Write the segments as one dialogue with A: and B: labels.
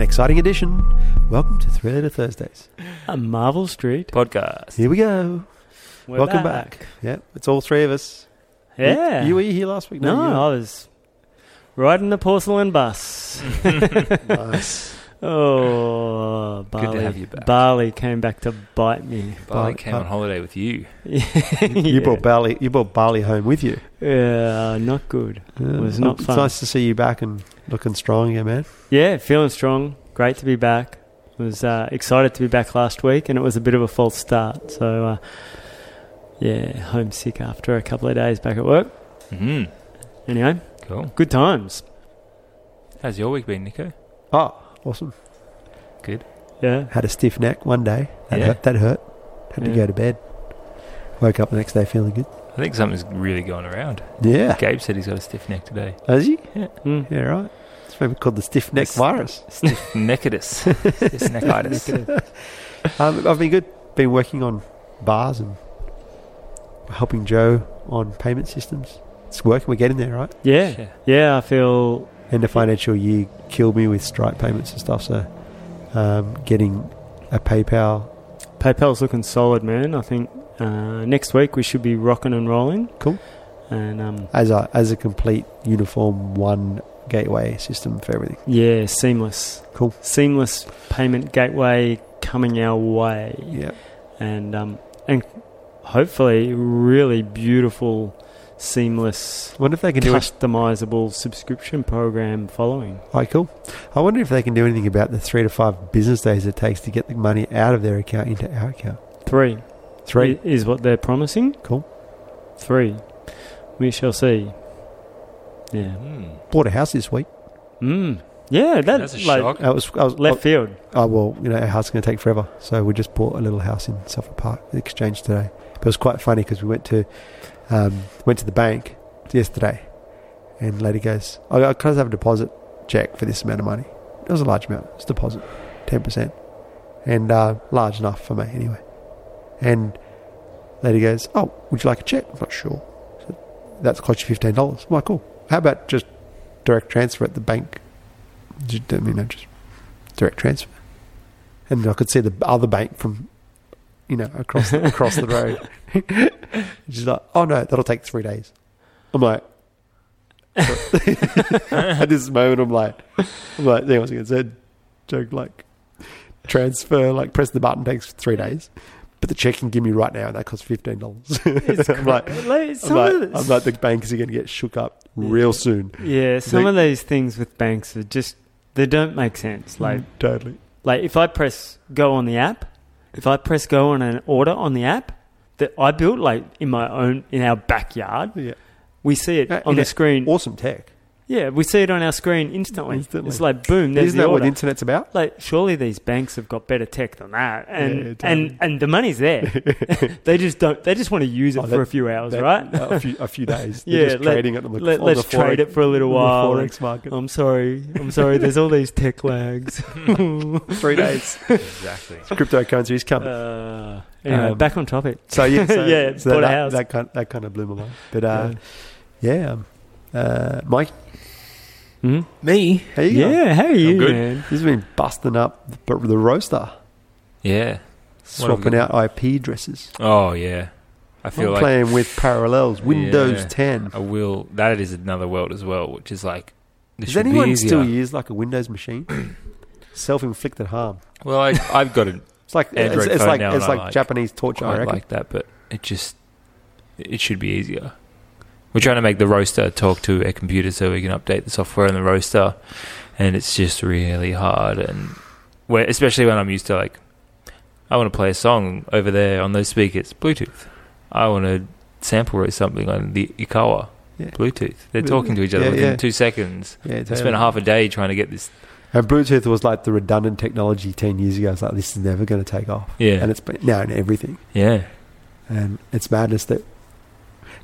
A: exciting edition. Welcome to Three Letter Thursdays.
B: A Marvel Street.
C: podcast.
A: Here we go.
B: We're
A: Welcome back. Yep, it's all three of us.
B: Yeah.
A: You, you were here last week?
B: no,
A: you-
B: I was riding the porcelain bus.
A: Nice.
B: oh,
C: Good
B: Bali.
C: to have you back.
B: Bali came back to bite me.
C: Bali
A: Bali-
C: came
A: Ba-
C: on holiday with you.
B: you
A: You brought Bali. You brought Bali home with you.
B: Yeah, not good.
A: Yeah.
B: was not
A: it's
B: fun.
A: nice to see you back and looking strong again, man.
B: Yeah, feeling strong. Great to be back. Was uh, excited to be back last week, and it was a bit of a false start. So, uh, yeah, homesick after a couple of days back at work.
C: hmm
B: Anyway,
C: Cool.
B: good times.
C: How's your week been, Nico?
A: Oh, awesome.
B: Yeah.
A: Had a stiff neck one day. That
C: Yeah.
A: hurt. That hurt. Had to
B: Yeah.
A: go to bed. Woke up the next day feeling good.
C: I think something's really going around.
A: Yeah.
C: Gabe said he's got a stiff neck today.
A: Has he?
B: Mm.
A: Yeah, right. It's maybe called the stiff neck
C: It's-
A: virus.
C: Stiff neckitis. stiff neckitis.
A: Um, I've been good. Been working on bars and helping Joe on payment systems. It's working. We're getting there, right?
B: Yeah. Yeah, I feel
A: End of financial year killed me with Stripe payments and stuff. So um, getting a PayPal.
B: PayPal's looking solid, man. I think uh, next week we should be rocking and rolling.
A: Cool.
B: And um,
A: as a as a complete uniform one gateway system for everything.
B: yeah, seamless.
A: Cool.
B: Seamless payment gateway coming our way,
A: Yeah,
B: and um, and hopefully really beautiful, seamless,
A: I wonder if they can do it.
B: customizable subscription program following.
A: Oh, cool. I wonder if they can do anything about the three to five business days it takes to get the money out of their account into our account.
B: Three.
A: Three.
B: i- is what they're promising.
A: Cool.
B: Three. We shall see. Yeah.
C: Mm.
A: Bought a house this week.
B: Mm. Yeah. That,
C: That's a
B: like,
C: shock.
A: I was I was
B: Left field.
A: Oh well, you know, our house is going to take forever, so we just bought a little house in Suffolk Park at Exchange today. But it was quite funny because we went to um, went to the bank yesterday, and the lady goes, "I I can I have a deposit check for this amount of money." It was a large amount. It's a deposit, ten percent, and uh, large enough for me anyway. And lady goes, "Oh, would you like a check?" I'm not sure. I said, That's cost you fifteen dollars. I'm like, "Cool. How about just direct transfer at the bank?" Just, you know, just direct transfer and I could see the other bank from, you know, across the, across the road. She's like, "Oh no, that'll take three days." I'm like, at this moment, I'm like, I'm like, there was it said, joke like, transfer, like press the button takes three days, but the check you can give me right now, and that costs fifteen dollars.
B: It's
A: I'm like,
B: cra- like,
A: I'm
B: some
A: like,
B: of the-
A: I'm like, the bankers are going to get shook up real soon.
B: yeah, some
A: the-
B: of these things with banks are just they don't make
A: Mm.
B: sense. Like,
A: totally.
B: like if I press go on the app, if I press go on an order on the app that I built, like in my own in our backyard,
A: Yeah.
B: we see it
A: Uh,
B: on
A: in
B: the
A: a-
B: screen.
A: Awesome tech.
B: yeah, we see it on our screen instantly.
A: Instantly.
B: It's like boom, there's
A: Isn't that
B: the
A: what
B: order.
A: the internet's about?
B: like surely these banks have got better tech than that, and
A: Yeah, totally.
B: and and the money's there. they just don't. They just want to use it
A: Oh,
B: for
A: that-
B: a few hours,
A: That-
B: right?
A: A few, a few days.
B: Yeah,
A: They're just
B: let-
A: trading it on the,
B: Let,
A: on
B: let's
A: the
B: trade it for a
A: on the
B: little while. and-
A: Forex market.
B: I'm sorry. I'm sorry. There's all these tech lags.
A: Three days.
C: exactly.
A: Cryptocurrencies come.
B: Uh, anyway,
A: Um,
B: back on topic.
A: so yeah, so,
B: yeah,
A: so
B: bought a
A: that,
B: house.
A: that kind that kind of blew my mind. But uh, yeah, um, uh, Mike,
B: hmm
C: Me?
A: how you going?
B: Yeah, how are you,
C: good.
B: man?
A: He's been busting up the, the roaster,
C: Yeah. have we
A: swapping out IP addresses.
C: Oh, yeah. I feel
A: I'm
C: like
A: playing with parallels. Windows
C: Yeah.
A: 10.
C: I will. That is another world as well, which is like. This
A: Does
C: should be
A: anyone
C: easier.
A: still use like a Windows machine? Self-inflicted harm.
C: Well, I, I've got an
A: It's like it's,
C: Android
A: it's
C: phone
A: like
C: now,
A: it's
C: and I
A: like,
C: like-
A: Japanese torture. I
C: quite
A: reckon.
C: like that, but it just it should be easier. We're trying to make the roaster talk to a computer so we can update the software in the roaster, and it's just really hard. And where, especially when I'm used to like, I want to play a song over there on those speakers, Bluetooth. I want to sample or something on the Ikawa,
A: Yeah.
C: Bluetooth. They're talking to each other
A: Yeah,
C: within
A: yeah.
C: two seconds.
A: yeah,
C: I spent
A: totally.
C: half a day trying to get this.
A: And Bluetooth was like the redundant technology 10 years ago. It's like, this is never going to take off.
C: Yeah,
A: And it's been now in everything.
C: yeah.
A: And it's madness that.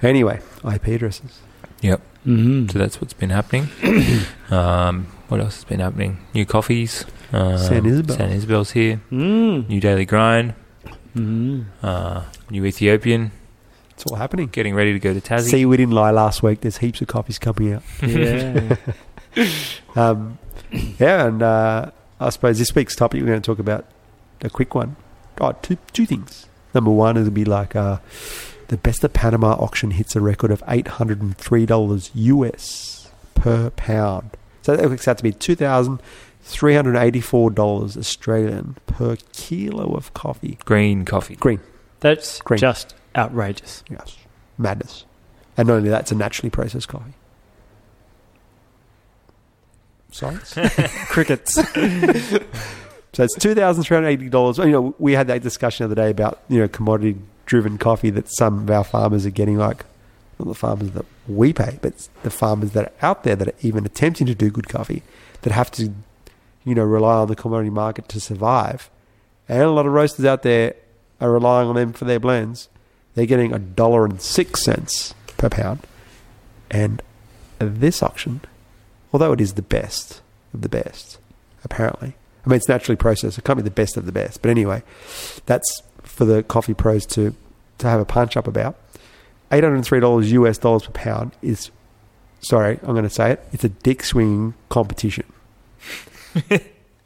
A: Anyway, IP addresses.
C: So
B: Mm-hmm.
C: that's what's been happening. um, what else has been happening? New coffees. Um,
A: San Isabel.
C: San Isabel's here.
B: Mm.
C: New Daily Grind.
B: Mm.
C: Uh, new Ethiopian.
A: It's all happening.
C: Getting ready to go to Tassie.
A: See, we didn't lie last week. There's heaps of copies coming out.
B: Yeah.
A: Um, yeah, and uh, I suppose this week's topic we're going to talk about a quick one. Oh, two two things. Number one it'll be like uh, the best of Panama auction hits a record of eight hundred and three dollars US per pound. So that works out to be two thousand three hundred eighty four dollars Australian per kilo of coffee.
C: Green coffee.
A: Green.
B: That's
A: Green.
B: just outrageous.
A: Yes. Madness. And not only that, it's a naturally processed coffee. Science.
B: Crickets.
A: So it's two thousand three hundred eighty dollars. You know, we had that discussion the other day about you know commodity driven coffee that some of our farmers are getting like not the farmers that we pay, but the farmers that are out there that are even attempting to do good coffee that have to you know rely on the commodity market to survive, and a lot of roasters out there are relying on them for their blends. They're getting a dollar and six cents per pound, and this auction, although it is the best of the best, apparently. I mean, it's naturally processed. It can't be the best of the best. But anyway, that's for the coffee pros to, to have a punch up about. $803 US dollars per pound is, sorry, I'm going to say it, it's a dick swinging competition.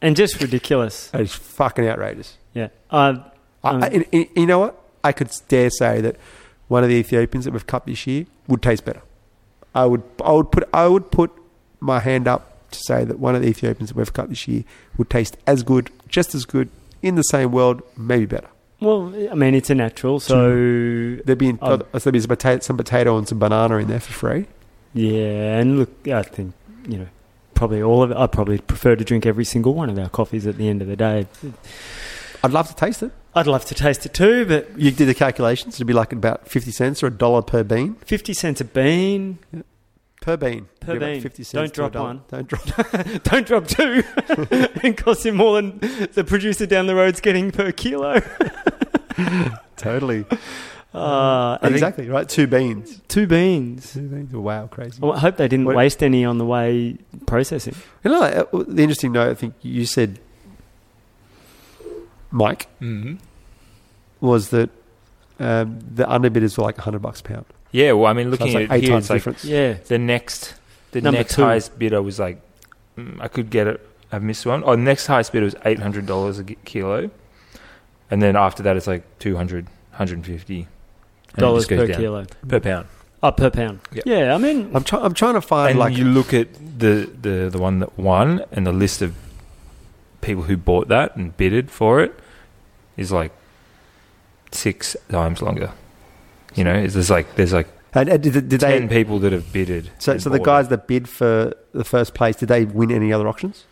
B: and just ridiculous.
A: It's fucking outrageous.
B: Yeah. Uh,
A: I,
B: Um,
A: I- and- and you know what? I could dare say that one of the Ethiopians that we've cut this year would taste better. I would, I would put, I would put my hand up to say that one of the Ethiopians that we've cut this year would taste as good, just as good, in the same world, maybe better.
B: well, I mean, it's a natural, so
A: There'd be, in,
B: Um,
A: there'd be some, potato, some potato and some banana in there for free.
B: yeah. And look, I think you know, probably all of it. I probably prefer to drink every single one of our coffees at the end of the day.
A: I'd love to taste it.
B: I'd love to taste it too, but
A: You did the calculations; it'd be like about fifty cents or a dollar per bean.
B: fifty cents a bean.
A: Per bean.
B: Per
A: It'd be about
B: bean.
A: Fifty cents.
B: Don't
A: to a
B: drop
A: dollar.
B: one.
A: Don't drop.
B: Don't drop two and cost him more than the producer down the road's getting per kilo.
A: totally.
B: Uh, and
A: exactly right. Two beans.
B: Two beans.
A: Two beans. Wow, crazy.
B: Well, I hope they didn't
A: What-
B: waste any on the way processing.
A: You know, uh, the interesting note. I think you said, Mike,
C: Mm-hmm.
A: was that um, the underbidders were like hundred bucks a pound.
C: Yeah, well, I mean,
A: So that's
C: looking
A: like
C: at
A: eight
C: it here,
A: times
C: it's like
A: difference.
B: Yeah.
C: the next, the
B: Number
C: next
B: two.
C: highest bidder was like, mm, I could get it. I missed one. Oh, the next highest bidder was eight hundred dollars a gi- kilo, and then after that, it's like 200, 150 and it
B: Dollars
C: just goes
B: per
C: down.
B: kilo.
C: per pound.
B: Up Oh, per pound.
C: Yeah.
B: Yeah, I mean,
A: I'm, try- I'm trying to find
C: and
A: like
C: you look at the, the, the one that won and the list of people who bought that and bidded for it is like six times longer. You know, it's there's like there's like
A: and, uh, did, did
C: ten
A: they
C: people that have bidded.
A: so,
C: and
A: so the
C: bought
A: guys that bid for the first place did they win any other auctions?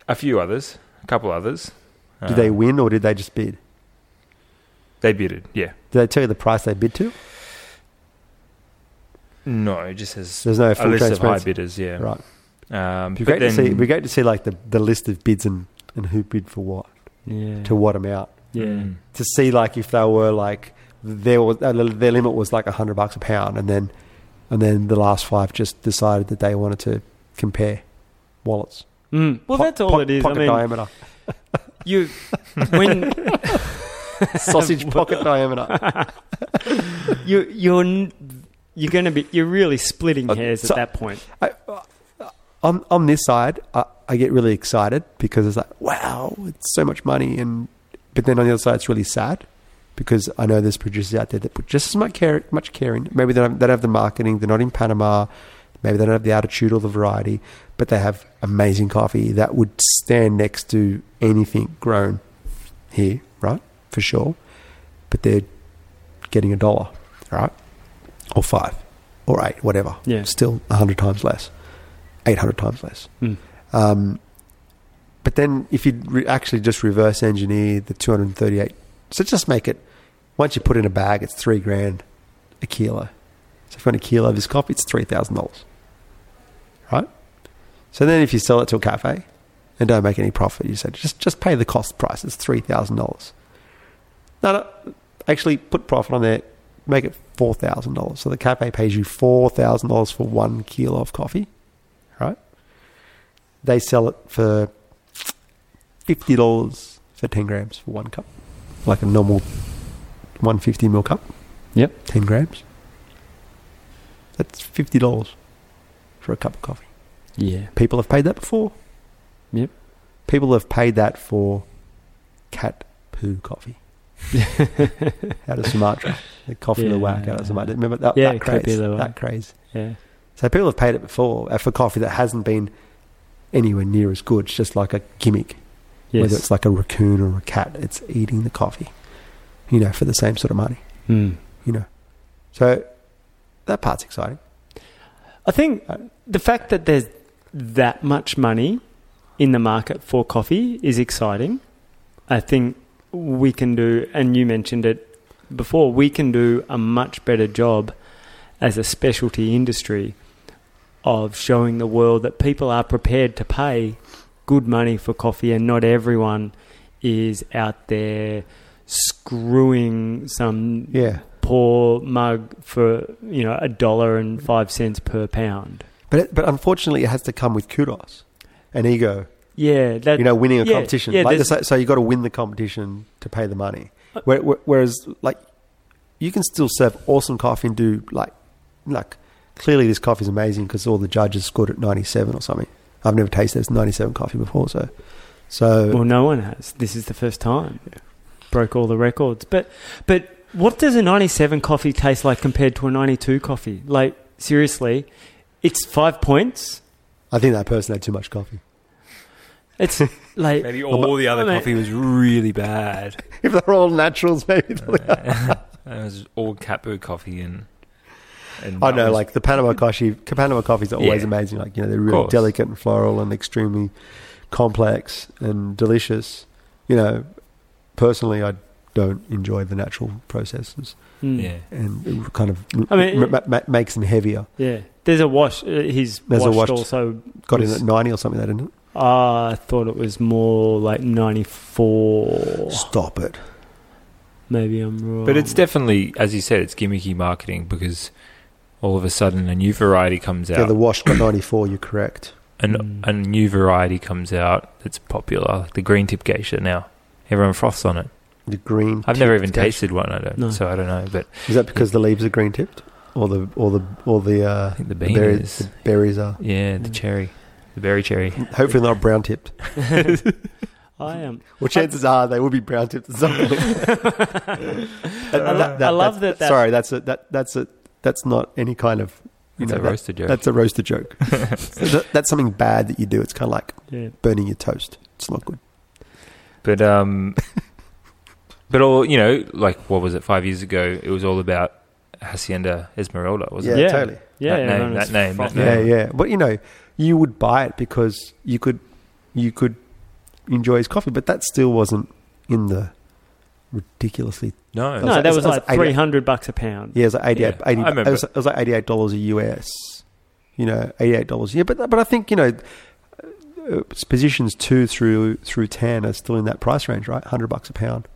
C: it. a few others, a couple others.
A: Did they
C: Uh,
A: win or did they just bid?
C: They bidded. Yeah.
A: Did they tell you the price they bid to?
C: No, it just has
A: There's no
C: a
A: full
C: list of high
A: transparency.
C: bidders. Yeah.
A: Right.
C: Um,
A: It'd be
C: but
A: great to
C: then,
A: see. It'd be great to see like the, the list of bids and, and who bid for what
B: yeah.
A: to what amount
B: yeah.
C: Mm.
A: to see like if they were like their was uh, their limit was like hundred bucks a pound and then and then the last five just decided that they wanted to compare wallets.
B: Mm. Well,
A: Po-
B: that's all
A: po-
B: it is. I
A: Pocket
B: mean,
A: diameter,
B: you when
A: sausage pocket diameter.
B: you you're n- you're going to be you're really splitting
A: Uh,
B: hairs
A: so-
B: at that point.
A: I, uh, on on this side, I, I get really excited because it's like, wow, it's so much money, and but then on the other side, it's really sad because I know there's producers out there that put just as much care, much care in. Maybe they don't, they don't have the marketing, they're not in Panama, maybe they don't have the attitude or the variety, but they have amazing coffee that would stand next to anything grown here, right? For sure, but they're getting a dollar, right, or five, or eight, whatever
B: Yeah.
A: still 100 times less, 800 times less.
B: Mm.
A: Um, but then if you re- actually just reverse engineer the 238, so just make it, once you put in a bag, it's three grand a kilo. So if you want a kilo of this coffee, it's $3,000. Right? So then if you sell it to a cafe and don't make any profit, you say, just, just pay the cost price, it's $3,000. No, no, actually put profit on there, make it four thousand dollars. So the cafe pays you four thousand dollars for one kilo of coffee, right? They sell it for fifty dollars for ten grams for one cup, like a normal one fifty ml cup.
B: Yep.
A: ten grams. That's fifty dollars for a cup of coffee.
B: Yeah.
A: People have paid that before.
B: Yep.
A: People have paid that for cat poo coffee out of Sumatra. The coffee
B: Yeah.
A: luwak out of Sumatra. Remember that,
B: Yeah,
A: that
B: could be
A: craze?
B: luwak.
A: That craze.
B: yeah.
A: So people have paid it before uh, for coffee that hasn't been anywhere near as good. It's just like a gimmick. Whether
B: Yes.
A: it's like a raccoon or a cat, it's eating the coffee, you know, for the same sort of money,
B: Mm.
A: you know. So that part's exciting.
B: I think
A: Uh,
B: the fact that there's that much money in the market for coffee is exciting. I think we can do, and you mentioned it before, we can do a much better job as a specialty industry of showing the world that people are prepared to pay good money for coffee and not everyone is out there screwing some
A: Yeah.
B: poor mug for you know a dollar and five cents per pound.
A: But it, but unfortunately, it has to come with kudos and ego.
B: Yeah, that
A: You know, winning a
B: yeah,
A: competition.
B: yeah,
A: like
B: there's-
A: so, so you got to win the competition to pay the money.
B: Uh,
A: Where- where- Whereas, like, you can still serve awesome coffee and do like, like, clearly this coffee is amazing because all the judges scored it ninety seven or something. I've never tasted this ninety seven coffee before, so so
B: well, no one has. This is the first time broke all the records. But but what does a ninety-seven coffee taste like compared to a ninety-two coffee? Like seriously, it's five points.
A: I think that person had too much coffee.
B: It's like
C: Maybe
A: all
C: all the
B: other
C: other
B: mate.
C: coffee was really bad.
A: if they're all naturals, maybe. they'll-
C: Uh, it was all cat poo coffee and. and
A: I know,
C: was-
A: like the Panama coffee. Panama coffees are always
C: Yeah.
A: amazing. Like you know, they're
C: Of
A: really
C: course.
A: delicate and floral and extremely complex and delicious. You know, personally, I don't enjoy the natural processes,
B: mm,
C: yeah.
A: and it kind of
B: I mean-
A: m- ma- ma- makes them heavier.
B: yeah. There's a wash. uh, He's
A: There's a
B: washed
A: washed-
B: also.
A: Got in
B: Was-
A: at ninety or something, that didn't it?
B: Ah, I thought it was more like ninety-four.
A: Stop it!
B: Maybe I'm wrong.
C: But it's definitely, as you said, it's gimmicky marketing because all of a sudden a new variety comes
A: Yeah,
C: out.
A: the wash got ninety four. You're correct.
C: an,
B: Mm.
C: a new variety comes out that's popular, like the green tip geisha now. Everyone froths on it.
A: The green.
C: I've never
A: tipped
C: even
A: geisha.
C: tasted one, I don't,
B: No.
C: so I don't know. But
A: Is that because the leaves are green tipped, or the or the or the
C: I
A: uh,
C: think the
A: the
C: bean
A: berries,
C: is,
A: the berries are?
C: yeah, the
B: Mm.
C: cherry, the berry cherry.
A: Hopefully, they're not brown tipped.
B: I am.
A: Well, chances are they will be brown tipped at some point.
B: I, lo- I love that. that
A: Sorry, that's a that that's a that's not any kind of you
C: It's
A: know
C: a
A: that-
C: roaster joke.
A: that's a roaster joke. So that- that's something bad that you do. It's kind of like
B: Yeah.
A: burning your toast. It's not good.
C: But um, but all you know, like what was it? Five years ago, it was all about Hacienda Esmeralda, wasn't
B: Yeah.
C: it?
A: totally.
B: Yeah,
C: That name,
B: everyone
C: that
B: was
C: name, that
B: frothing.
A: Yeah. yeah,
C: Yeah.
A: But you know, you would buy it because you could you could enjoy his coffee, but that still wasn't in the ridiculously.
C: No,
A: It was
B: No,
A: like-
B: that
A: it
B: was
A: was
B: like
A: like 80
B: three hundred bucks a pound.
A: Yeah, it was like 88,
C: Yeah,
A: 80
C: I remember.
A: it was, it was like eighty eight dollars a US. You know, eighty eight dollars a year. But but I think you know. uh, Positions two through through ten are still in that price range, right? Hundred bucks a pound.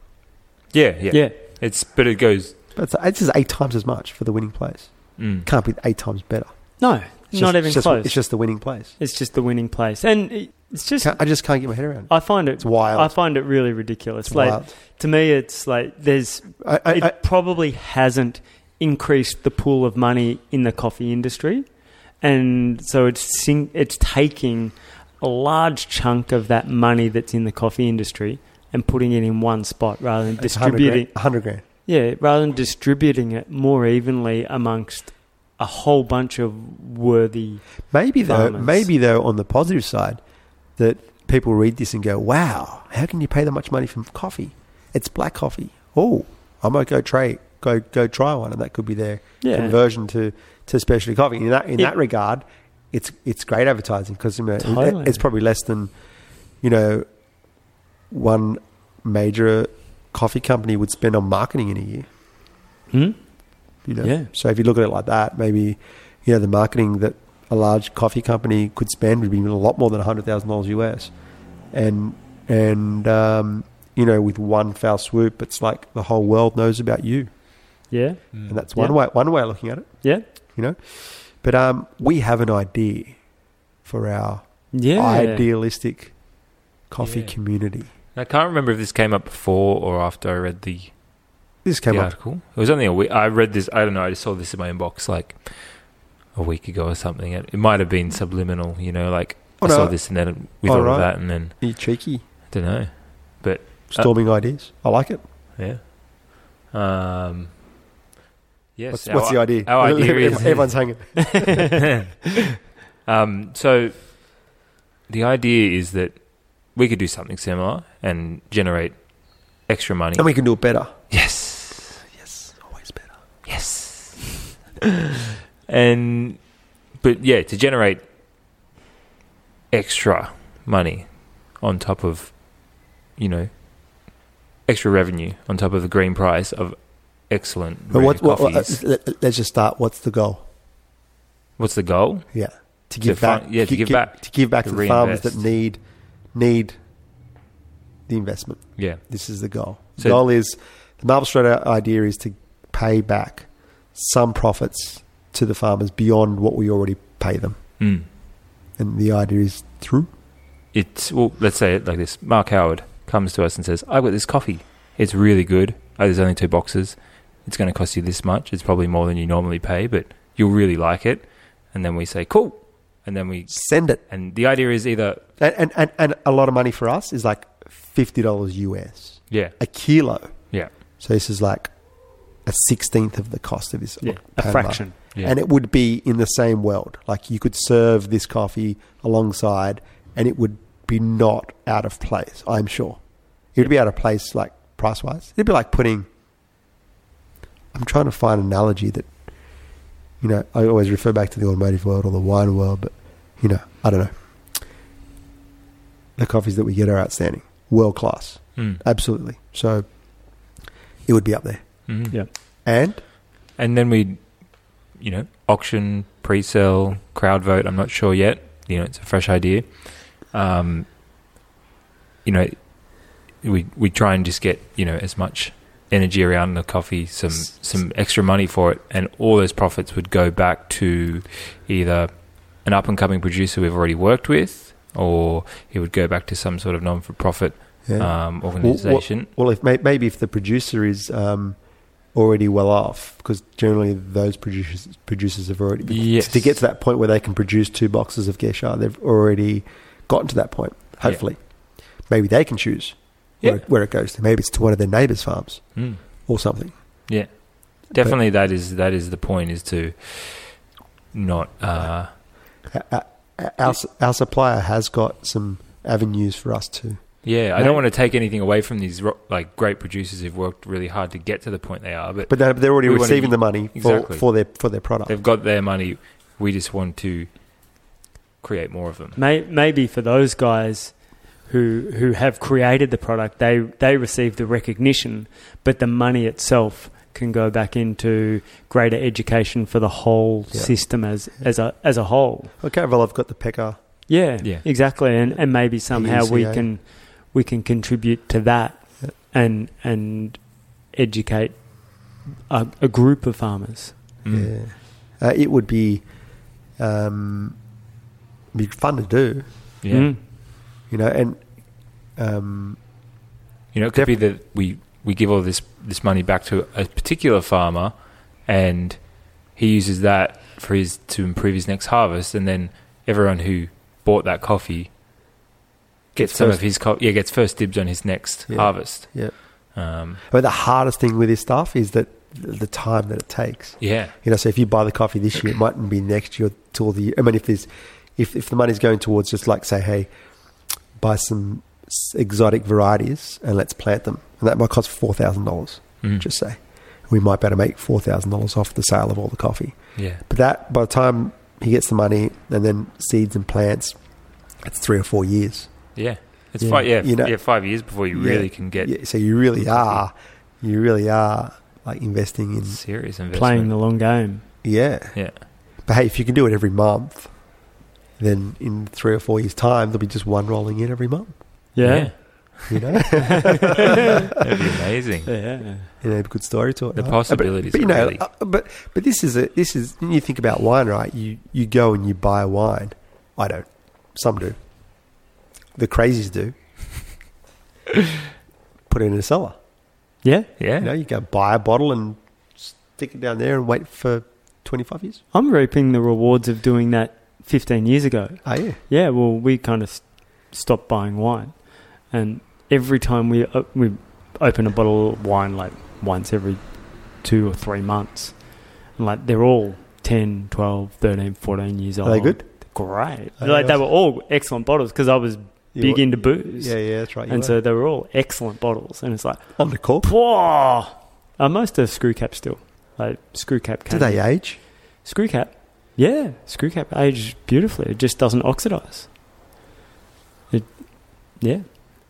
C: yeah, yeah,
B: yeah.
C: It's but it goes.
A: But it's, this is eight times as much for the winning place.
C: Mm.
A: Can't be eight times better.
B: No,
A: It's
B: not
A: just-
B: even
A: it's just,
B: close.
A: It's just the winning place.
B: the winning place, and it- it's just.
A: Can't- I just can't get my head around it.
B: I find it.
A: It's wild.
B: I find it really ridiculous.
A: it's
B: like
A: wild.
B: to me, it's like there's.
A: I, I,
B: it
A: I,
B: probably hasn't increased the pool of money in the coffee industry, and so it's sing- it's taking a large chunk of that money that's in the coffee industry and putting it in one spot rather than
A: it's 100
B: distributing.
A: grand, 100 grand.
B: Yeah, rather than distributing it more evenly amongst a whole bunch of worthy.
A: Maybe though,
B: Farmers.
A: maybe though, on the positive side, that people read this and go, "Wow, how can you pay that much money for coffee? It's black coffee. Oh, I might go try go go try one, and that could be their
B: Yeah.
A: conversion to to specialty coffee. In that in
B: Yeah.
A: that regard, it's it's great advertising because you know, it-
B: Totally.
A: it's probably less than you know one major coffee company would spend on marketing in a year.
B: Hmm?
A: You know,
B: Yeah.
A: so if you look at it like that, maybe you know the marketing that a large coffee company could spend would be a lot more than hundred thousand dollars US, and and um, you know with one foul swoop, it's like the whole world knows about you,
B: Yeah,
A: and that's one
B: Yeah.
A: way one way of looking at it.
B: Yeah.
A: you know, but um, we have an idea for our
B: yeah.
A: idealistic coffee
C: Yeah.
A: community.
C: I can't remember if this came up before or after I read the
A: This came
C: the
A: up.
C: article. It was only a week. I read this. I don't know. I just saw this in my inbox like a week ago or something. It, it might have been subliminal, you know, like
A: Oh Oh,
C: I saw
A: no.
C: this and then we
A: Oh,
C: thought
A: right.
C: of that and then
A: You cheeky.
C: I don't know.
A: Storming ideas. I like it.
C: Yeah. Um. Yes.
A: what's what's the idea?
C: our idea
A: Everyone-
C: is-
A: Everyone's hanging.
C: um, so the idea is that we could do something similar and generate extra money.
A: And we can do it better.
C: yes.
A: Yes, always better.
C: Yes. and but yeah, to generate extra money on top of you know extra revenue on top of the green price of excellent
A: But what, what,
C: what,
A: what,
C: coffees.
A: let- let's just start. What's the goal?
C: What's the goal?
A: Yeah, to give
C: fi-
A: back.
C: yeah, to
A: gi-
C: give
A: gi-
C: back,
A: To give back
C: to
A: to the farmers that
C: reinvest.
A: need need the investment.
C: Yeah.
A: This is the goal.
C: So-
A: the goal is the Marble Street idea is to pay back some profits to the farmers beyond what we already pay them,
C: Mm.
A: and the idea is through.
C: it's well, let's say it like this: Mark Howard comes to us and says, "I've got this coffee. It's really good. Oh, there's only two boxes. It's going to cost you this much. It's probably more than you normally pay, but you'll really like it." And then we say, "Cool," and then we
A: Send it,
C: and the idea is either
A: and and, and, and a lot of money for us is like fifty dollars US
C: yeah,
A: a kilo.
C: Yeah.
A: So this is like a sixteenth of the cost of this.
B: Yeah,
A: Panama.
B: a fraction.
C: yeah,
A: and it would be in the same world. Like you could serve this coffee alongside, and it would be not out of place. I'm sure it would be out of place, like price wise. It'd be like putting. I'm trying to find an analogy that, you know, I always refer back to the automotive world or the wine world, but you know, I don't know. The coffees that we get are outstanding, world class,
C: Mm.
A: absolutely. So it would be up there,
C: Mhm.
B: Yeah.
A: and
C: and then we, you know, auction, pre-sell, crowd vote. I'm not sure yet. You know, it's a fresh idea. Um, you know, we we try and just get you know as much energy around the coffee, some
A: S-
C: some extra money for it, and all those profits would go back to either an up and coming producer we've already worked with, or it would go back to some sort of non for profit
A: yeah.
C: um, organization.
A: Well, if may- maybe if the producer is um, already well off, because generally those producers producers have already
C: Yes.
A: to get to that point where they can produce two boxes of Gesha, they've already gotten to that point. Hopefully, maybe they can choose where,
C: Yeah.
A: it, where it goes to. Maybe it's to one of their neighbours' farms
C: Mm.
A: or something.
C: Definitely, that is that is the point is to not. Uh,
A: Our, our, our supplier has got some avenues for us to.
C: yeah, I
B: No.
C: don't want to take anything away from these ro- like great producers who've worked really hard to get to the point they are, but
A: But they're, they're already
C: We wanna
A: receiving
C: u-
A: the money for,
C: Exactly.
A: for their for their product.
C: they've got their money. We just want to create more of them.
B: May, maybe for those guys who who have created the product, they they receive the recognition, but the money itself can go back into greater education for the whole
A: Yeah.
B: system as as a as a whole.
A: okay, well, I've got the pecker.
B: Yeah,
C: Yeah.
B: exactly. And and maybe somehow we
A: PUCA.
B: can we can contribute to that
A: Yeah.
B: and and educate a, a group of farmers.
C: Mm.
A: Yeah. Uh, it would be, um, be fun to do,
C: Yeah,
B: Mm.
A: you know, and um,
C: you know, it could be that we we give all this this money back to a particular farmer, and he uses that for his to improve his next harvest, and then everyone who bought that coffee gets some
A: first-
C: of his co- yeah gets first dibs on his next
A: Yeah.
C: harvest.
A: Yeah.
C: Um,
A: but the hardest thing with this stuff is that the the time that it takes.
C: yeah.
A: You know, so if you buy the coffee this year, it mightn't be next year till the. I mean, if there's, if if the money's going towards just like say, hey, buy some s- exotic varieties and let's plant them, and that might cost four thousand dollars.
C: Mm.
A: Just say, we might be able to make four thousand dollars off the sale of all the coffee.
C: yeah.
A: But that by the time he gets the money and then seeds and plants, it's three or four years.
C: Yeah. It's
B: Yeah.
C: five yeah,
A: You know-
C: yeah, five years before you
A: Yeah.
C: really can get
A: Yeah, so you really are, you really are like investing in
C: serious investment.
B: Playing the long game.
A: yeah.
C: Yeah.
A: But hey, if you can do it every month, then in three or four years' time, there'll be just one rolling in every month.
B: Yeah.
A: You know,
C: That'd be amazing.
B: yeah.
A: you know, a good story to it.
C: The
A: right?
C: possibilities
A: but, but you
C: are
A: know,
C: really-
A: uh, but but this is a this is when you think about wine, right? You you go and you buy wine. I don't. Some do. The crazies do. Put it in a cellar.
B: Yeah.
C: Yeah.
A: You know, you go buy a bottle and stick it down there and wait for twenty five years.
B: I'm reaping the rewards of doing that 15 years ago.
A: Oh yeah.
B: Yeah, well, we kind of s- stopped buying wine, and every time we o- we open a bottle of wine, like once every two or three months, and like they're all 10, 12, 13, 14 years old.
A: Are they good?
B: Great.
A: Are they
B: like they
A: awesome?
B: were all excellent bottles because I was
A: You
B: big
A: were-
B: into booze,
A: Yeah, yeah, that's right. you
B: and
A: were.
B: so they were all excellent bottles. And it's like,
A: on the cork.
B: whoa! Are most of screw cap still? Like screw cap.
A: Do
B: Can
A: they age?
B: Screw cap. Yeah, screw cap aged beautifully. It just doesn't oxidize. It, yeah,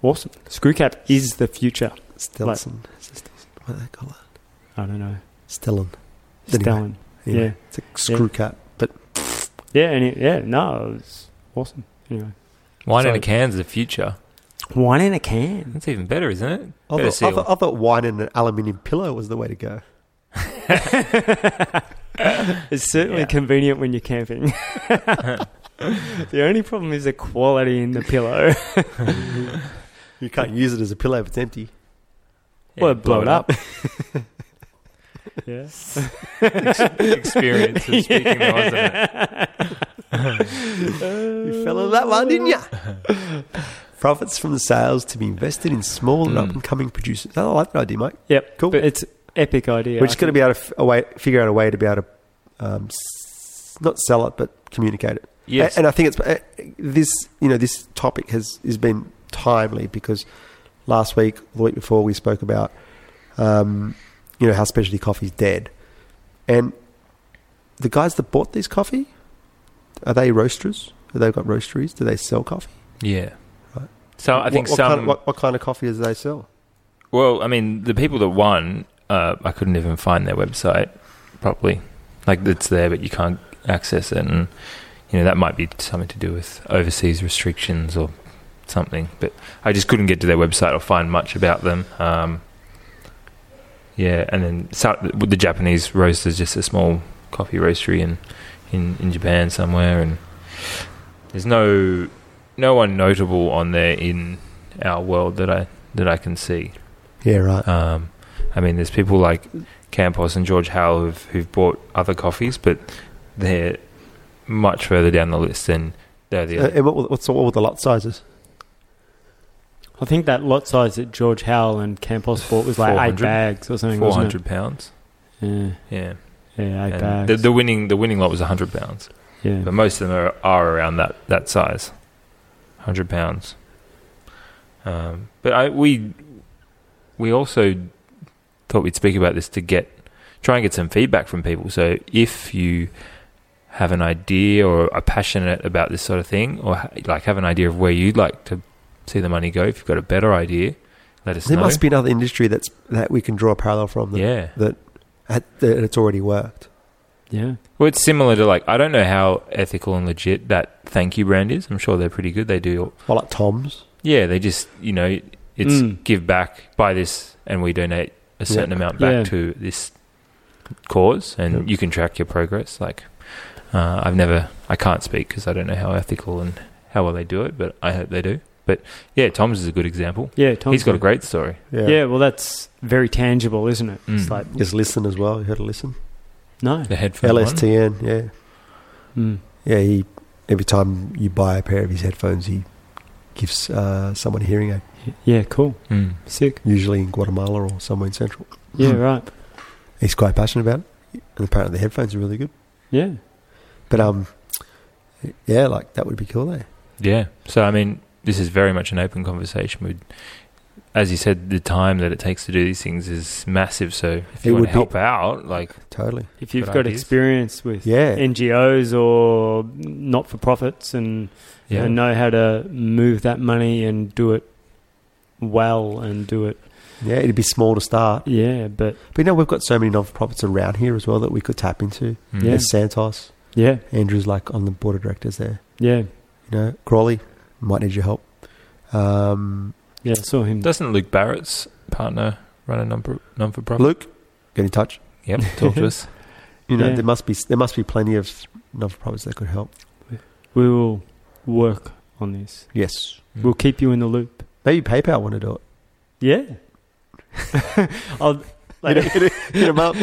B: awesome. Screw cap is the future.
A: Stilson. Is it Stilson? What do they call it?
B: I don't know.
A: Stellan. Anyway,
B: Stellan.
A: Anyway,
B: Yeah.
A: It's a screw cap. But
B: Yeah, and it, yeah, no, it's awesome. Anyway,
C: Wine in
B: So-
C: a can's the future.
B: wine in a can.
C: That's even better, isn't it?
A: I
C: Better
A: thought, I,
C: seal.
A: thought, I thought wine in an aluminium pillow was the way to go.
B: it's certainly
C: Yeah.
B: convenient when you're camping. the only problem is the quality in the pillow.
A: You can't use it as a pillow if it's empty.
C: Yeah,
B: well, blow it up. yeah.
C: Experience of speaking the words of it.
A: You fell on that one, didn't you? Profits from the sales to be invested in small and
C: Mm.
A: up and coming producers. I like that idea, Mike.
B: Yep.
A: Cool.
B: But it's epic idea.
A: We're just going to be able to f- a way, figure out a way to be able to um, s- not sell it, but communicate it.
C: Yes.
A: A- And I think it's uh, this. You know, this topic has has been timely because last week, the week before, we spoke about um, you know how specialty coffee's dead, and the guys that bought this coffee are they roasters? Have they got roasteries? Do they sell coffee?
C: yeah.
A: Right.
C: So I think
A: what, what
C: some.
A: Kind of, what, what kind of coffee do they sell?
C: Well, I mean, the people that won, uh, I couldn't even find their website properly. Like it's there, but you can't access it, and you know that might be something to do with overseas restrictions or something. But I just couldn't get to their website or find much about them. Um, yeah, and then so, with the Japanese roasters, just a small coffee roastery in in, in Japan somewhere, and there's no no one notable on there in our world that I that I can see.
A: Yeah, right.
C: Um, I mean, there's people like Campos and George Howell who've, who've bought other coffees, but they're much further down the list than they're the
A: Uh, and what, were- what's what were the lot sizes?
B: I think that lot size that George Howell and Campos bought was like eight
C: 400?
B: bags or something.
C: four
B: wasn't it?
C: hundred pounds. Yeah,
B: Yeah, yeah, eight
C: and
B: bags.
C: the, Um, the winning the winning lot was hundred pounds,
B: yeah,
C: but most of them are, are around that that size, hundred pounds. Um, but I we we also thought we'd speak about this to get try and get some feedback from people. So if you have an idea or are passionate about this sort of thing, or ha- like have an idea of where you'd like to see the money go, if you've got a better idea, let us
A: There
C: know.
A: must be another industry that's that we can draw a parallel from. That,
C: yeah.
A: that, had- that it's already worked.
B: yeah.
C: Well, it's similar to like I don't know how ethical and legit that thank you brand is. I'm sure they're pretty good. They do.
A: Well, like Tom's.
C: Yeah, they just you know it's
B: Mm.
C: give back buy this and we donate a certain amount back
B: Yeah.
C: to this cause and
A: Yep.
C: you can track your progress. Like uh, I've never I can't speak because I don't know how ethical and how well they do it, but I hope they do. But yeah, Tom's is a good example.
B: Yeah, Tom's
C: He's got a great story.
B: Yeah. well, that's very tangible, isn't it? It's
C: Mm.
B: like
A: Just listen as well. You heard to listen.
B: no.
C: The headphone one.
A: LSTN. Yeah,
B: Mm.
A: yeah. He every time you buy a pair of his headphones, he gives uh, someone a hearing aid,
B: Yeah, cool,
C: Mm.
B: sick.
A: usually in Guatemala or somewhere in Central.
B: Yeah,
C: Hmm.
B: right.
A: He's quite passionate about it, and apparently the headphones are really good.
B: Yeah,
A: But um, yeah, like that would be cool. Eh?
C: Yeah. So I mean, this is very much an open conversation. We, as you said, the time that it takes to do these things is massive. So if
A: It
C: you want
A: would be-
C: to help out, like
A: Totally.
B: if you've
C: Good
B: got
C: ideas.
B: experience with
A: Yeah.
B: NGOs or not for profits and
C: yeah,
B: and know how to move that money and do it well and do it.
A: Yeah, it'd be small to start.
B: Yeah, but
A: But you know, we've got so many non-profits around here as well that we could tap into.
C: Mm.
B: Yeah.
A: There's Santos.
B: yeah,
A: Andrew's like on the board of directors there.
B: yeah,
A: You know, Crawley might need your help. Um,
B: yeah. I saw him.
C: Doesn't Luke Barrett's partner run a number non for profit?
A: Luke, get in touch.
C: Yep. Talk to us.
A: You know,
B: Yeah.
A: there must be there must be plenty of non-for-profits that could help.
B: We will work on this.
A: Yes,
B: We'll keep you in the loop.
A: maybe PayPal want to do it.
B: Yeah. I'll,
A: Hit him- hit him- hit him up.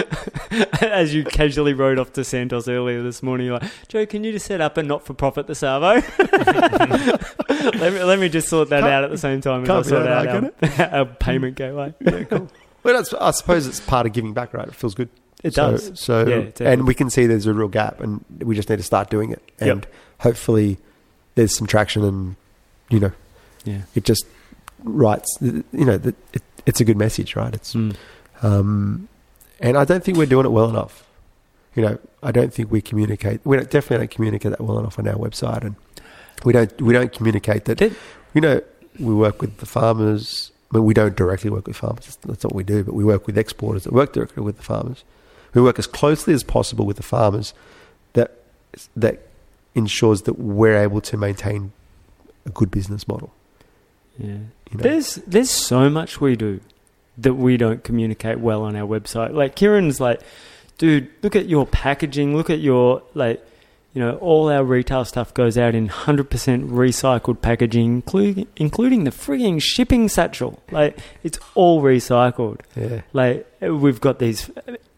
B: As you casually rode off to Santos earlier this morning, you're like, Joe, can you just set up a not for profit the Savo? let, me, let me just sort that
A: Can't-
B: out at the same time and
A: can't
B: I'll
A: be
B: sort
A: that
B: out
A: hard,
B: our, our payment gateway.
A: Yeah, cool. Well, that's, I suppose it's part of giving back, right? It feels good.
B: It
A: So-
B: does.
A: So,
B: Yeah, definitely.
A: and we can see there's a real gap, and we just need to start doing it. And hopefully, there's some traction, and you know,
B: Yeah.
A: it just writes. You know, that it, it's a good message, right? It's
B: Mm.
A: um, and I don't think we're doing it well enough. You know, I don't think we communicate. We don't, definitely don't communicate that well enough on our website, and we don't we don't communicate that.
B: Did-
A: you know, we work with the farmers. I mean, we don't directly work with farmers. That's- That's not what we do. But we work with exporters that work directly with the farmers. We work as closely as possible with the farmers. That that ensures that we're able to maintain a good business model.
B: Yeah.
A: You know,
B: There's there's so much we do that we don't communicate well on our website. Like Kieran's like, dude, look at your packaging, look at your like you know, all our retail stuff goes out in 100% recycled packaging, including, including the frigging shipping satchel. Like, it's all recycled.
A: yeah,
B: Like, we've got these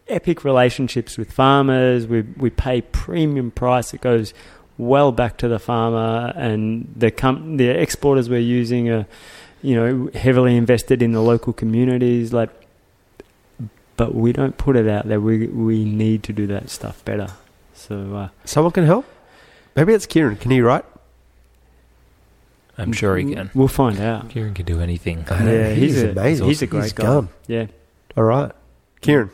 B: epic relationships with farmers. We, we pay premium price. It goes well back to the farmer and the com- the exporters we're using are you know heavily invested in the local communities like but we don't put it out there we we need to do that stuff better so uh,
A: someone can help. Maybe it's Kieran. Can he write?
C: I'm sure he can.
B: we'll find out
C: Kieran can do anything.
A: I know.
B: Yeah, he's
A: he's
B: a-
A: amazing.
B: he's a great guy.
A: gone.
B: yeah
A: All right, Kieran.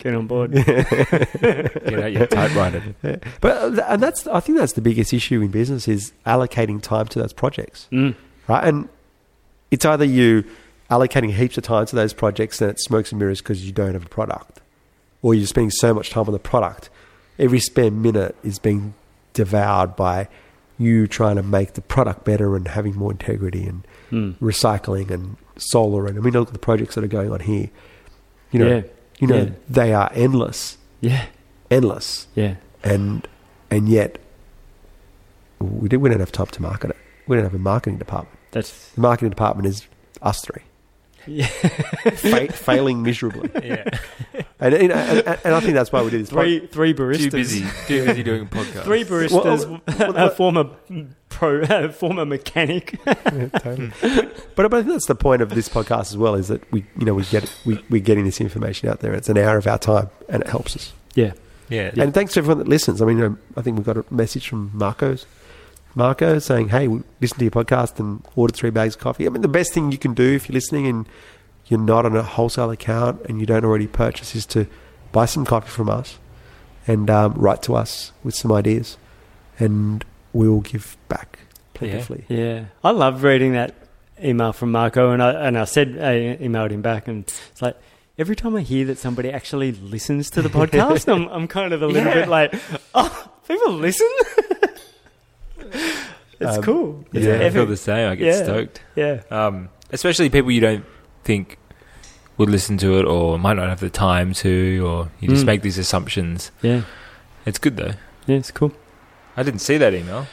B: get on board
C: Get out your typewriter.
A: But uh, th- and that's I think that's the biggest issue in business is allocating time to those projects,
B: Mm.
A: right? And it's either you allocating heaps of time to those projects and it's smokes and mirrors because you don't have a product, or you're spending so much time on the product, every spare minute is being devoured by you trying to make the product better and having more integrity and
B: Mm.
A: recycling and solar and I mean look at the projects that are going on here, you know,
B: yeah
A: you know
B: yeah.
A: they are endless,
B: yeah
A: endless
B: yeah
A: and and yet we did, we don't have time to market it. We don't have a marketing department.
B: that's
A: The marketing department is us three,
B: yeah.
A: fa- failing miserably.
C: Yeah.
A: And, you know, and and I think that's why we do this. pod-
B: three three baristas
C: Too busy. Too busy doing podcasts.
B: Three baristas,
A: well,
B: a
A: well-
B: former pro, a former mechanic.
A: Yeah, totally. Hmm. but, but I think that's the point of this podcast as well is that we you know we get we we're getting this information out there. It's an hour of our time and it helps us.
C: Yeah.
A: And thanks to everyone that listens. I mean, you know, I think we got a message from Marcos. Marco saying, "Hey, we listen to your podcast and order three bags of coffee." I mean, the best thing you can do if you're listening and you're not on a wholesale account and you don't already purchase is to buy some coffee from us and um, write to us with some ideas, and we will give back plentifully.
B: Yeah, I love reading that email from Marco, and I and I said I emailed him back, and it's like every time I hear that somebody actually listens to the podcast, I'm I'm kind of a little
C: Yeah.
B: bit like, oh, people listen. it's
A: Um,
B: cool. It's
A: Yeah.
C: yeah. I feel
B: epic.
C: the same. I get
B: Yeah.
C: stoked.
B: yeah.
C: um, especially people you don't think would listen to it or might not have the time to, or you
A: Hmm.
C: just
B: Mm.
C: make these assumptions.
B: yeah,
C: It's good though.
B: yeah, it's cool.
C: I didn't see that email.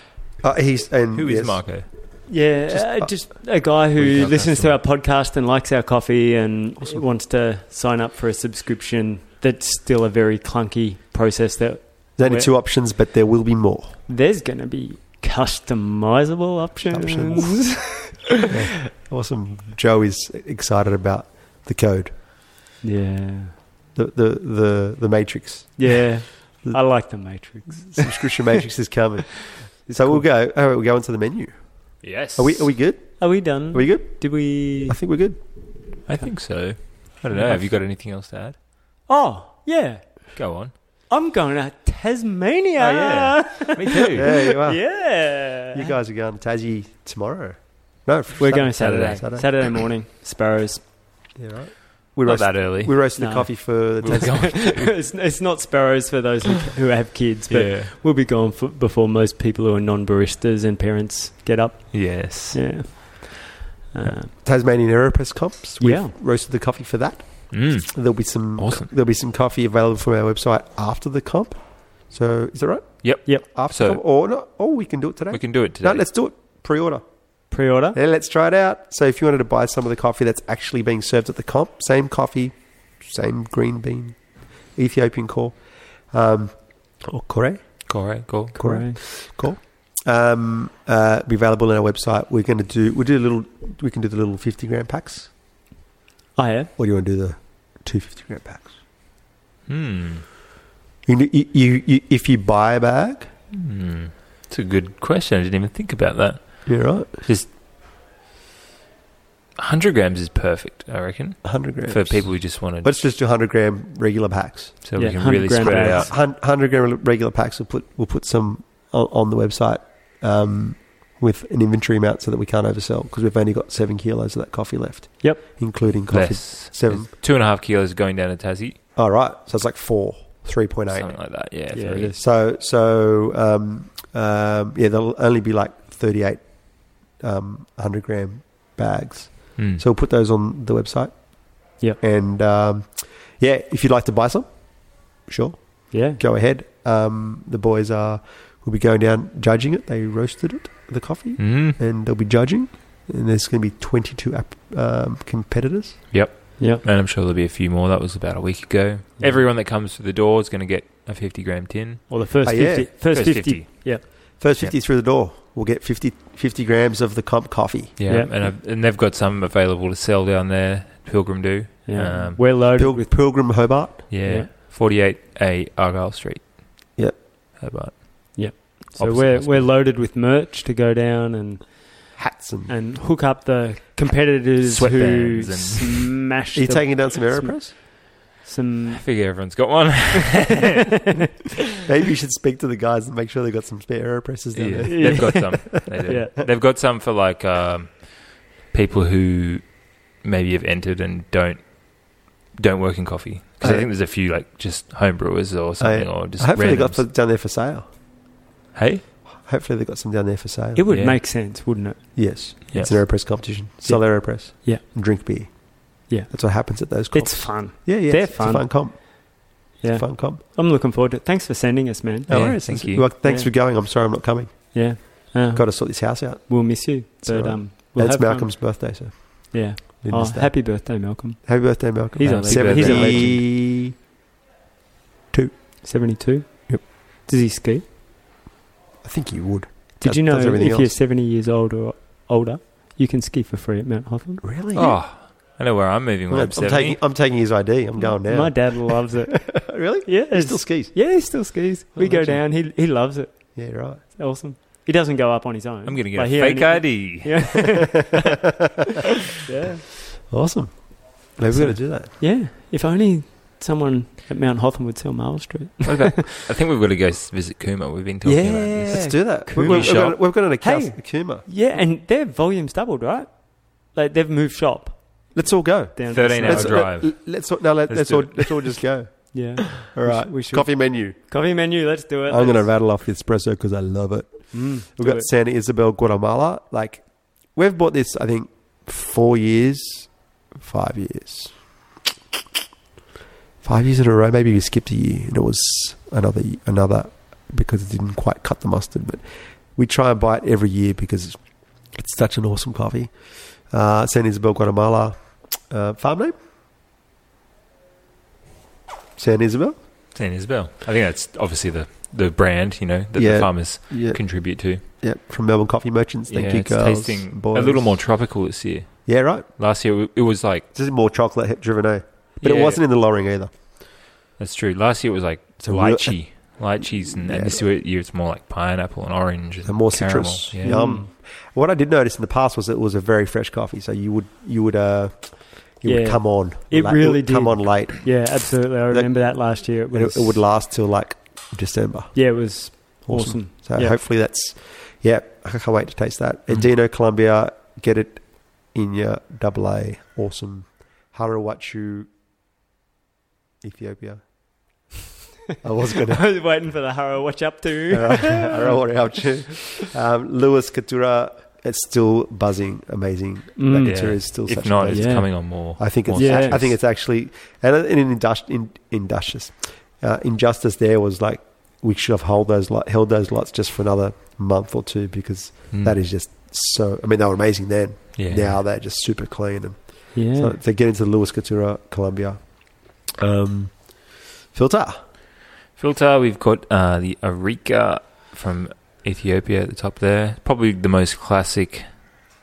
A: Uh, he's and
C: Who is
A: yes.
C: Marco?
B: Yeah,
A: Just- Oh,
B: just, uh, just a guy who
C: Retail
B: listens
C: customer.
B: to our podcast and likes our coffee and
A: Awesome.
B: wants to sign up for a subscription. That's still a very clunky process. That
A: There's only
B: Where-
A: two options, but there will be more.
B: there's going to be customizable options.
A: Options. Awesome. Joe is excited about the code,
B: yeah,
A: the the the, the matrix.
B: yeah. I like the Matrix.
A: subscription matrix is coming. So we'll go. All right, we'll go into the menu.
C: Yes.
A: Are we? Are we good?
B: Are we
A: Are
B: done?
A: we good?
B: Did we?
C: Mm-hmm.
A: I think we're good.
C: I think so. I don't know. Have you got anything else to add?
B: Oh yeah,
C: Go on.
B: I'm going to Tasmania.
C: Oh, yeah. Me too.
A: Yeah, you are.
B: Yeah.
A: You guys are going to Tassie tomorrow. No,
B: We're
A: Sat-
B: going Saturday.
A: Saturday.
B: Saturday, morning. Sparrows.
A: Yeah, right. We
C: Not
A: roast.
C: that early.
A: We roasted the
B: No.
A: coffee for the
C: We're
A: Tassie.
C: going.
B: it's, it's not sparrows for those who, who have kids, but
C: yeah.
B: We'll be gone for, before most people who are non baristas and parents get up.
C: Yes.
B: Yeah. Uh,
A: Tasmanian Aeropress comps. We
B: Yeah.
A: roasted the coffee for that.
C: Mm.
A: There'll be some.
C: Awesome.
A: There'll be some coffee available from our website after the comp. So is that right?
C: Yep.
B: Yep.
A: After
C: So-
A: the comp, or not? Or we can do it today.
C: We can do it today.
A: No, let's do it. Pre-order.
B: Pre order?
A: Yeah, let's try it out. So if you wanted to buy some of the coffee that's actually being served at the comp, same coffee, same green bean, Ethiopian core, um, or kore.
C: Corey, cool.
A: Kore. Um, uh, be available on our website. We're going to do. We do a little. We can do the little fifty gram packs,
B: I have.
A: or do you want to do the two fifty gram packs?
C: Hmm.
A: You, you, you, you, if you buy a bag,
C: Hmm. It's a good question. I didn't even think about that.
A: you're right.
C: 100 grams is perfect, I reckon,
A: Hundred grams
C: for people who just want to,
A: Let's just do hundred gram regular packs.
C: so
B: Yeah,
C: we can
B: 100
C: really
B: gram
C: spread it
B: bags.
C: out.
A: Hun- hundred gram regular packs. We'll put we'll put some on, on the website um, with an inventory amount so that we can't oversell because we've only got seven kilos of that coffee left.
B: Yep.
A: including coffee.
C: Less.
A: Seven.
C: Two and a half kilos going down to Tassie.
A: All right, so it's like four, three point eight.
C: Something like that. Yeah.
B: Yeah, it
C: three.
B: is.
A: So so um, um, yeah, there'll only be like thirty eight um, hundred gram bags.
C: Hmm.
A: So we'll put those on the website.
B: Yeah.
A: And um, yeah, if you'd like to buy some, sure,
B: Yeah.
A: go ahead. Um, the boys are will be going down judging it. They roasted it, the coffee,
C: Hmm.
A: and they'll be judging. And there's going to be 22 app, um, competitors.
B: Yep.
C: And I'm sure there'll be a few more. That was about a week ago.
B: Yeah.
C: Everyone that comes through the door is going to get a 50 gram tin.
B: Or the first
A: Oh, yeah.
B: 50. First, 50. Yeah.
A: First 50 through the door will get 50, 50 grams of the comp coffee.
C: Yeah.
B: Yeah.
C: And, I've, and they've got some available to sell down there. Pilgrim do.
B: Yeah.
C: Um,
B: We're loaded
A: Pil-
B: with.
A: Pilgrim Hobart.
C: Yeah.
B: Yeah.
C: 48A Argyle Street.
A: Yep.
C: Hobart.
B: Yep. So
C: Opposite
B: we're,
C: hospital.
B: we're loaded with merch to go down and,
A: Hats and.
B: and hook up the competitors who
C: Sweatbands and-
B: smash
A: Are you
B: the-
A: taking down some AeroPress?
C: I
B: some.
C: figure everyone's got one.
A: Maybe you should speak to the guys and make sure they've got some spare AeroPresses down
C: Yeah,
A: there.
C: they've got some. They do.
B: Yeah.
C: They've got some for like um, people who maybe have entered and don't don't work in coffee. Because
A: Oh,
C: I
A: yeah. Oh,
C: think there's a few like just homebrewers or something, or just
A: Hopefully, they've got
C: randoms.
A: some down there for sale.
C: hey,
A: Hopefully, they've got some down there for sale.
B: It would
C: Yeah.
B: make sense, wouldn't it?
A: Yes.
C: Yeah.
A: It's an AeroPress competition. Sell AeroPress.
B: Yeah.
A: And drink beer.
B: Yeah.
A: That's what happens at those comps.
B: It's fun.
A: yeah, yeah.
B: they're
A: it's,
B: fun.
A: It's a fun comp. It's
B: Yeah.
A: a fun comp.
B: I'm looking forward to it. Thanks for sending us, man.
C: No
A: Yeah,
C: worries, thank
A: it's-
C: you.
A: Well, thanks
B: Yeah.
A: for going. I'm sorry I'm not coming.
B: Yeah. Uh,
A: Got to sort this house out.
B: We'll miss you.
A: It's
B: But
A: all right.
B: um, we'll
A: and it's
B: have fun.
A: Malcolm's birthday, so
B: Yeah.
A: didn't
B: Oh,
A: miss that.
B: happy birthday, Malcolm.
A: Happy birthday, Malcolm.
B: He's
C: a-
A: Happy
C: he's a
A: birthday.
B: legend. 72.
A: Yep.
B: Does he ski?
A: I think you would.
B: Did
A: Does-
B: you know
A: does
B: if
A: everything
B: you're
A: else. 70
B: 70 years old or older, you can ski for free at Mount Hotham?
A: Really?
C: oh, I know where I'm moving.
A: Well, I'm,
C: When I'm, 70.
A: taking, I'm taking his ID. I'm going now.
B: My dad loves it.
A: really?
B: yeah,
A: He
B: it's-
A: still skis. Oh,
B: yeah, he still skis.
A: I
B: we go down.
A: imagine.
B: He he loves it.
A: Yeah, right.
B: It's awesome. He doesn't go up on his own.
C: I'm going to get
B: Like,
C: a
B: he
C: fake
B: only-
C: ID.
B: Yeah. yeah.
A: Awesome. Maybe we're
C: So-
A: going to do that.
B: Yeah. If only someone at Mount Hotham would sell Marl Street.
C: What about, I think we've got to go s- visit Kuma. We've been talking about this.
A: Let's do that.
C: Kuma
A: We've, we've,
C: shop.
A: got, an- we've got an account.
B: Hey.
A: Kuma.
B: Yeah, and their volume's doubled, right? Like they've moved shop
A: Let's all go.
B: down to
C: 13
B: the
C: hour
A: let's,
B: south.
C: drive.
A: Let, us all, now let,
C: Let's
A: let's,
C: do
A: all,
C: it.
A: let's all just go.
B: Yeah.
A: All
B: We
A: right.
B: should- we should-
A: Coffee menu.
B: Coffee menu, let's do it.
A: I'm going to
B: Let's-
A: rattle off the espresso because I love it.
B: Mm,
A: We've
B: do
A: got
B: it.
A: Santa Isabel, Guatemala. Like, we've bought this, I think, four years, five years. Five years in a row. Maybe we skipped a year and it was another, y- another because it didn't quite cut the mustard. But we try and buy it every year because it's such an awesome coffee. Uh, Santa Isabel, Guatemala. Uh, farm name? Santa Isabel?
C: San Isabel. I think that's obviously the, the brand, you know, that
A: Yeah.
C: the farmers
A: Yeah.
C: contribute to.
A: Yep, from Melbourne Coffee Merchants. Thank
C: yeah,
A: you,
C: it's
A: girls.
C: tasting
A: boys.
C: a little more tropical this year.
A: Yeah, right.
C: Last year it- it was like,
A: This is more chocolate hip driven, eh? But it
C: yeah,
A: wasn't in the lowering either.
C: That's true. Last year it was like
A: It's a real-
C: lychee, lychees, and,
A: Yeah.
C: and this year year it's more like pineapple and orange and
A: And more
C: caramel.
A: citrus.
C: Yeah.
A: Yum.
B: Mm.
A: What I did notice in the past was it was a very fresh coffee, so you would you would uh you would
B: Yeah.
A: come on.
B: It
A: would
B: really
A: come
B: did.
A: on late,
B: Yeah, absolutely. I remember that last year. It
A: and
B: was,
A: it, it would last till like December.
B: Yeah, it was
A: Awesome.
B: awesome.
A: So
B: Yeah.
A: hopefully that's yeah. I can't wait to taste that.
C: Mm.
A: Andino, Colombia, get it in your double A. Awesome. Harawachu, Ethiopia. I was gonna
B: I was waiting for the Harrow Watch Up to.
A: I don't worry about you. Um, Lewis Katura, it's still buzzing, amazing.
B: Mm.
A: That Katura
C: Yeah.
A: is still
C: If
A: such a
C: not,
A: place.
C: it's
B: Yeah.
C: coming on more.
A: I think it's.
C: more
B: Yeah.
C: citrus.
A: I think it's actually and an industri- in, injustice. Uh, injustice there was like we should have held those lot, held those lots just for another month or two because
C: Mm.
A: that is just so. I mean, they were amazing then.
C: yeah.
A: Now they're just super clean and
B: Yeah.
A: so to get into Lewis Katura, Colombia, Um, filter.
C: Filter, we've got uh, the Arika from Ethiopia at the top there. Probably the most classic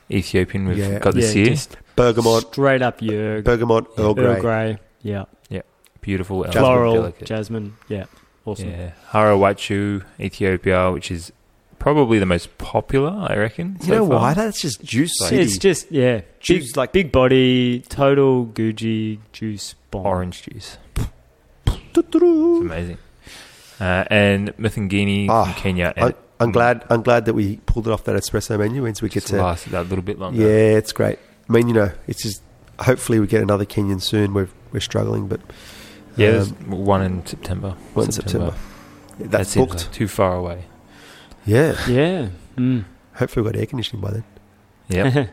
C: Ethiopian we've
A: Yeah.
C: got this
B: yeah,
C: year.
B: just
A: Bergamot.
B: straight up Yerg,
A: Bergamot Earl Grey.
B: Earl Grey, yeah,
C: Beautiful, elegant,
B: floral,
C: delicate.
B: jasmine, yeah, awesome.
C: Yeah, Harawachu, Ethiopia, which is probably the most popular, I reckon.
A: You
C: so
A: know
C: far.
A: why? That's just juice.
C: Like-
A: City.
B: It's just yeah, big,
A: juice like
B: big body, total Gucci juice bomb.
C: Orange juice. It's
A: Doo-doo-doo.
C: amazing. Uh, and Mithangini
A: Ah,
C: from Kenya. And
A: I- I'm glad. I'm glad that we pulled it off that espresso menu. Means we get
C: it's
A: to.
C: lasted that little bit longer.
A: Yeah, it's great. I mean, you know, it's just. Hopefully, we get another Kenyan soon. We're we're struggling, but
C: Yeah,
A: um,
C: there's one in September.
A: one in September. Yeah,
C: That
A: That's
C: seems
A: booked.
C: like too far away.
A: Yeah.
B: Yeah. Mm.
A: Hopefully, we've got air conditioning by then.
C: Yep.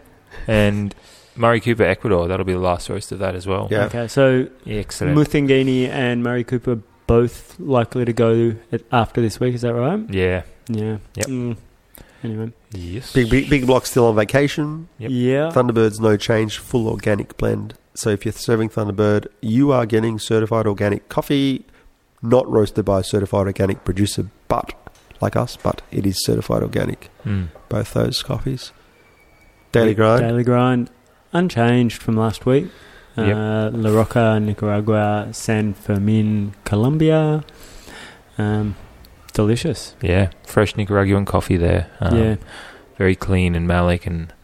C: and Murray Cooper, Ecuador. That'll be the last roast of that as well.
A: Yeah.
B: Okay, so
C: Excellent.
B: Muthingini and Murray Cooper both likely to go at, after this week. Is that right?
C: yeah.
B: Yeah.
C: Yep.
B: Mm. Anyway.
C: Yes.
A: Big big big block still on vacation.
C: Yep.
B: Yeah.
A: Thunderbird's no change, full organic blend. So if you're serving Thunderbird, you are getting certified organic coffee, not roasted by a certified organic producer, but like us, but it is certified organic.
C: Mm.
A: Both those coffees. Daily grind.
B: Daily grind, unchanged from last week.
C: Yep.
B: Uh, La Roca, Nicaragua, San Fermin, Colombia. Um, delicious.
C: Yeah. Fresh Nicaraguan coffee there. Um,
B: yeah.
C: Very clean and malic and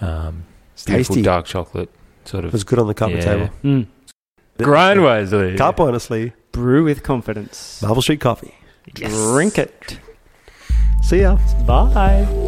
C: um,
A: It's
C: beautiful
A: tasty. It
C: dark chocolate sort of.
A: was good on the copper
C: Yeah.
A: table.
B: Mm.
C: Grind wisely.
A: Cup, honestly.
B: Brew with confidence.
A: Marvel Street Coffee.
C: Yes.
B: Drink it.
A: See ya.
B: Bye.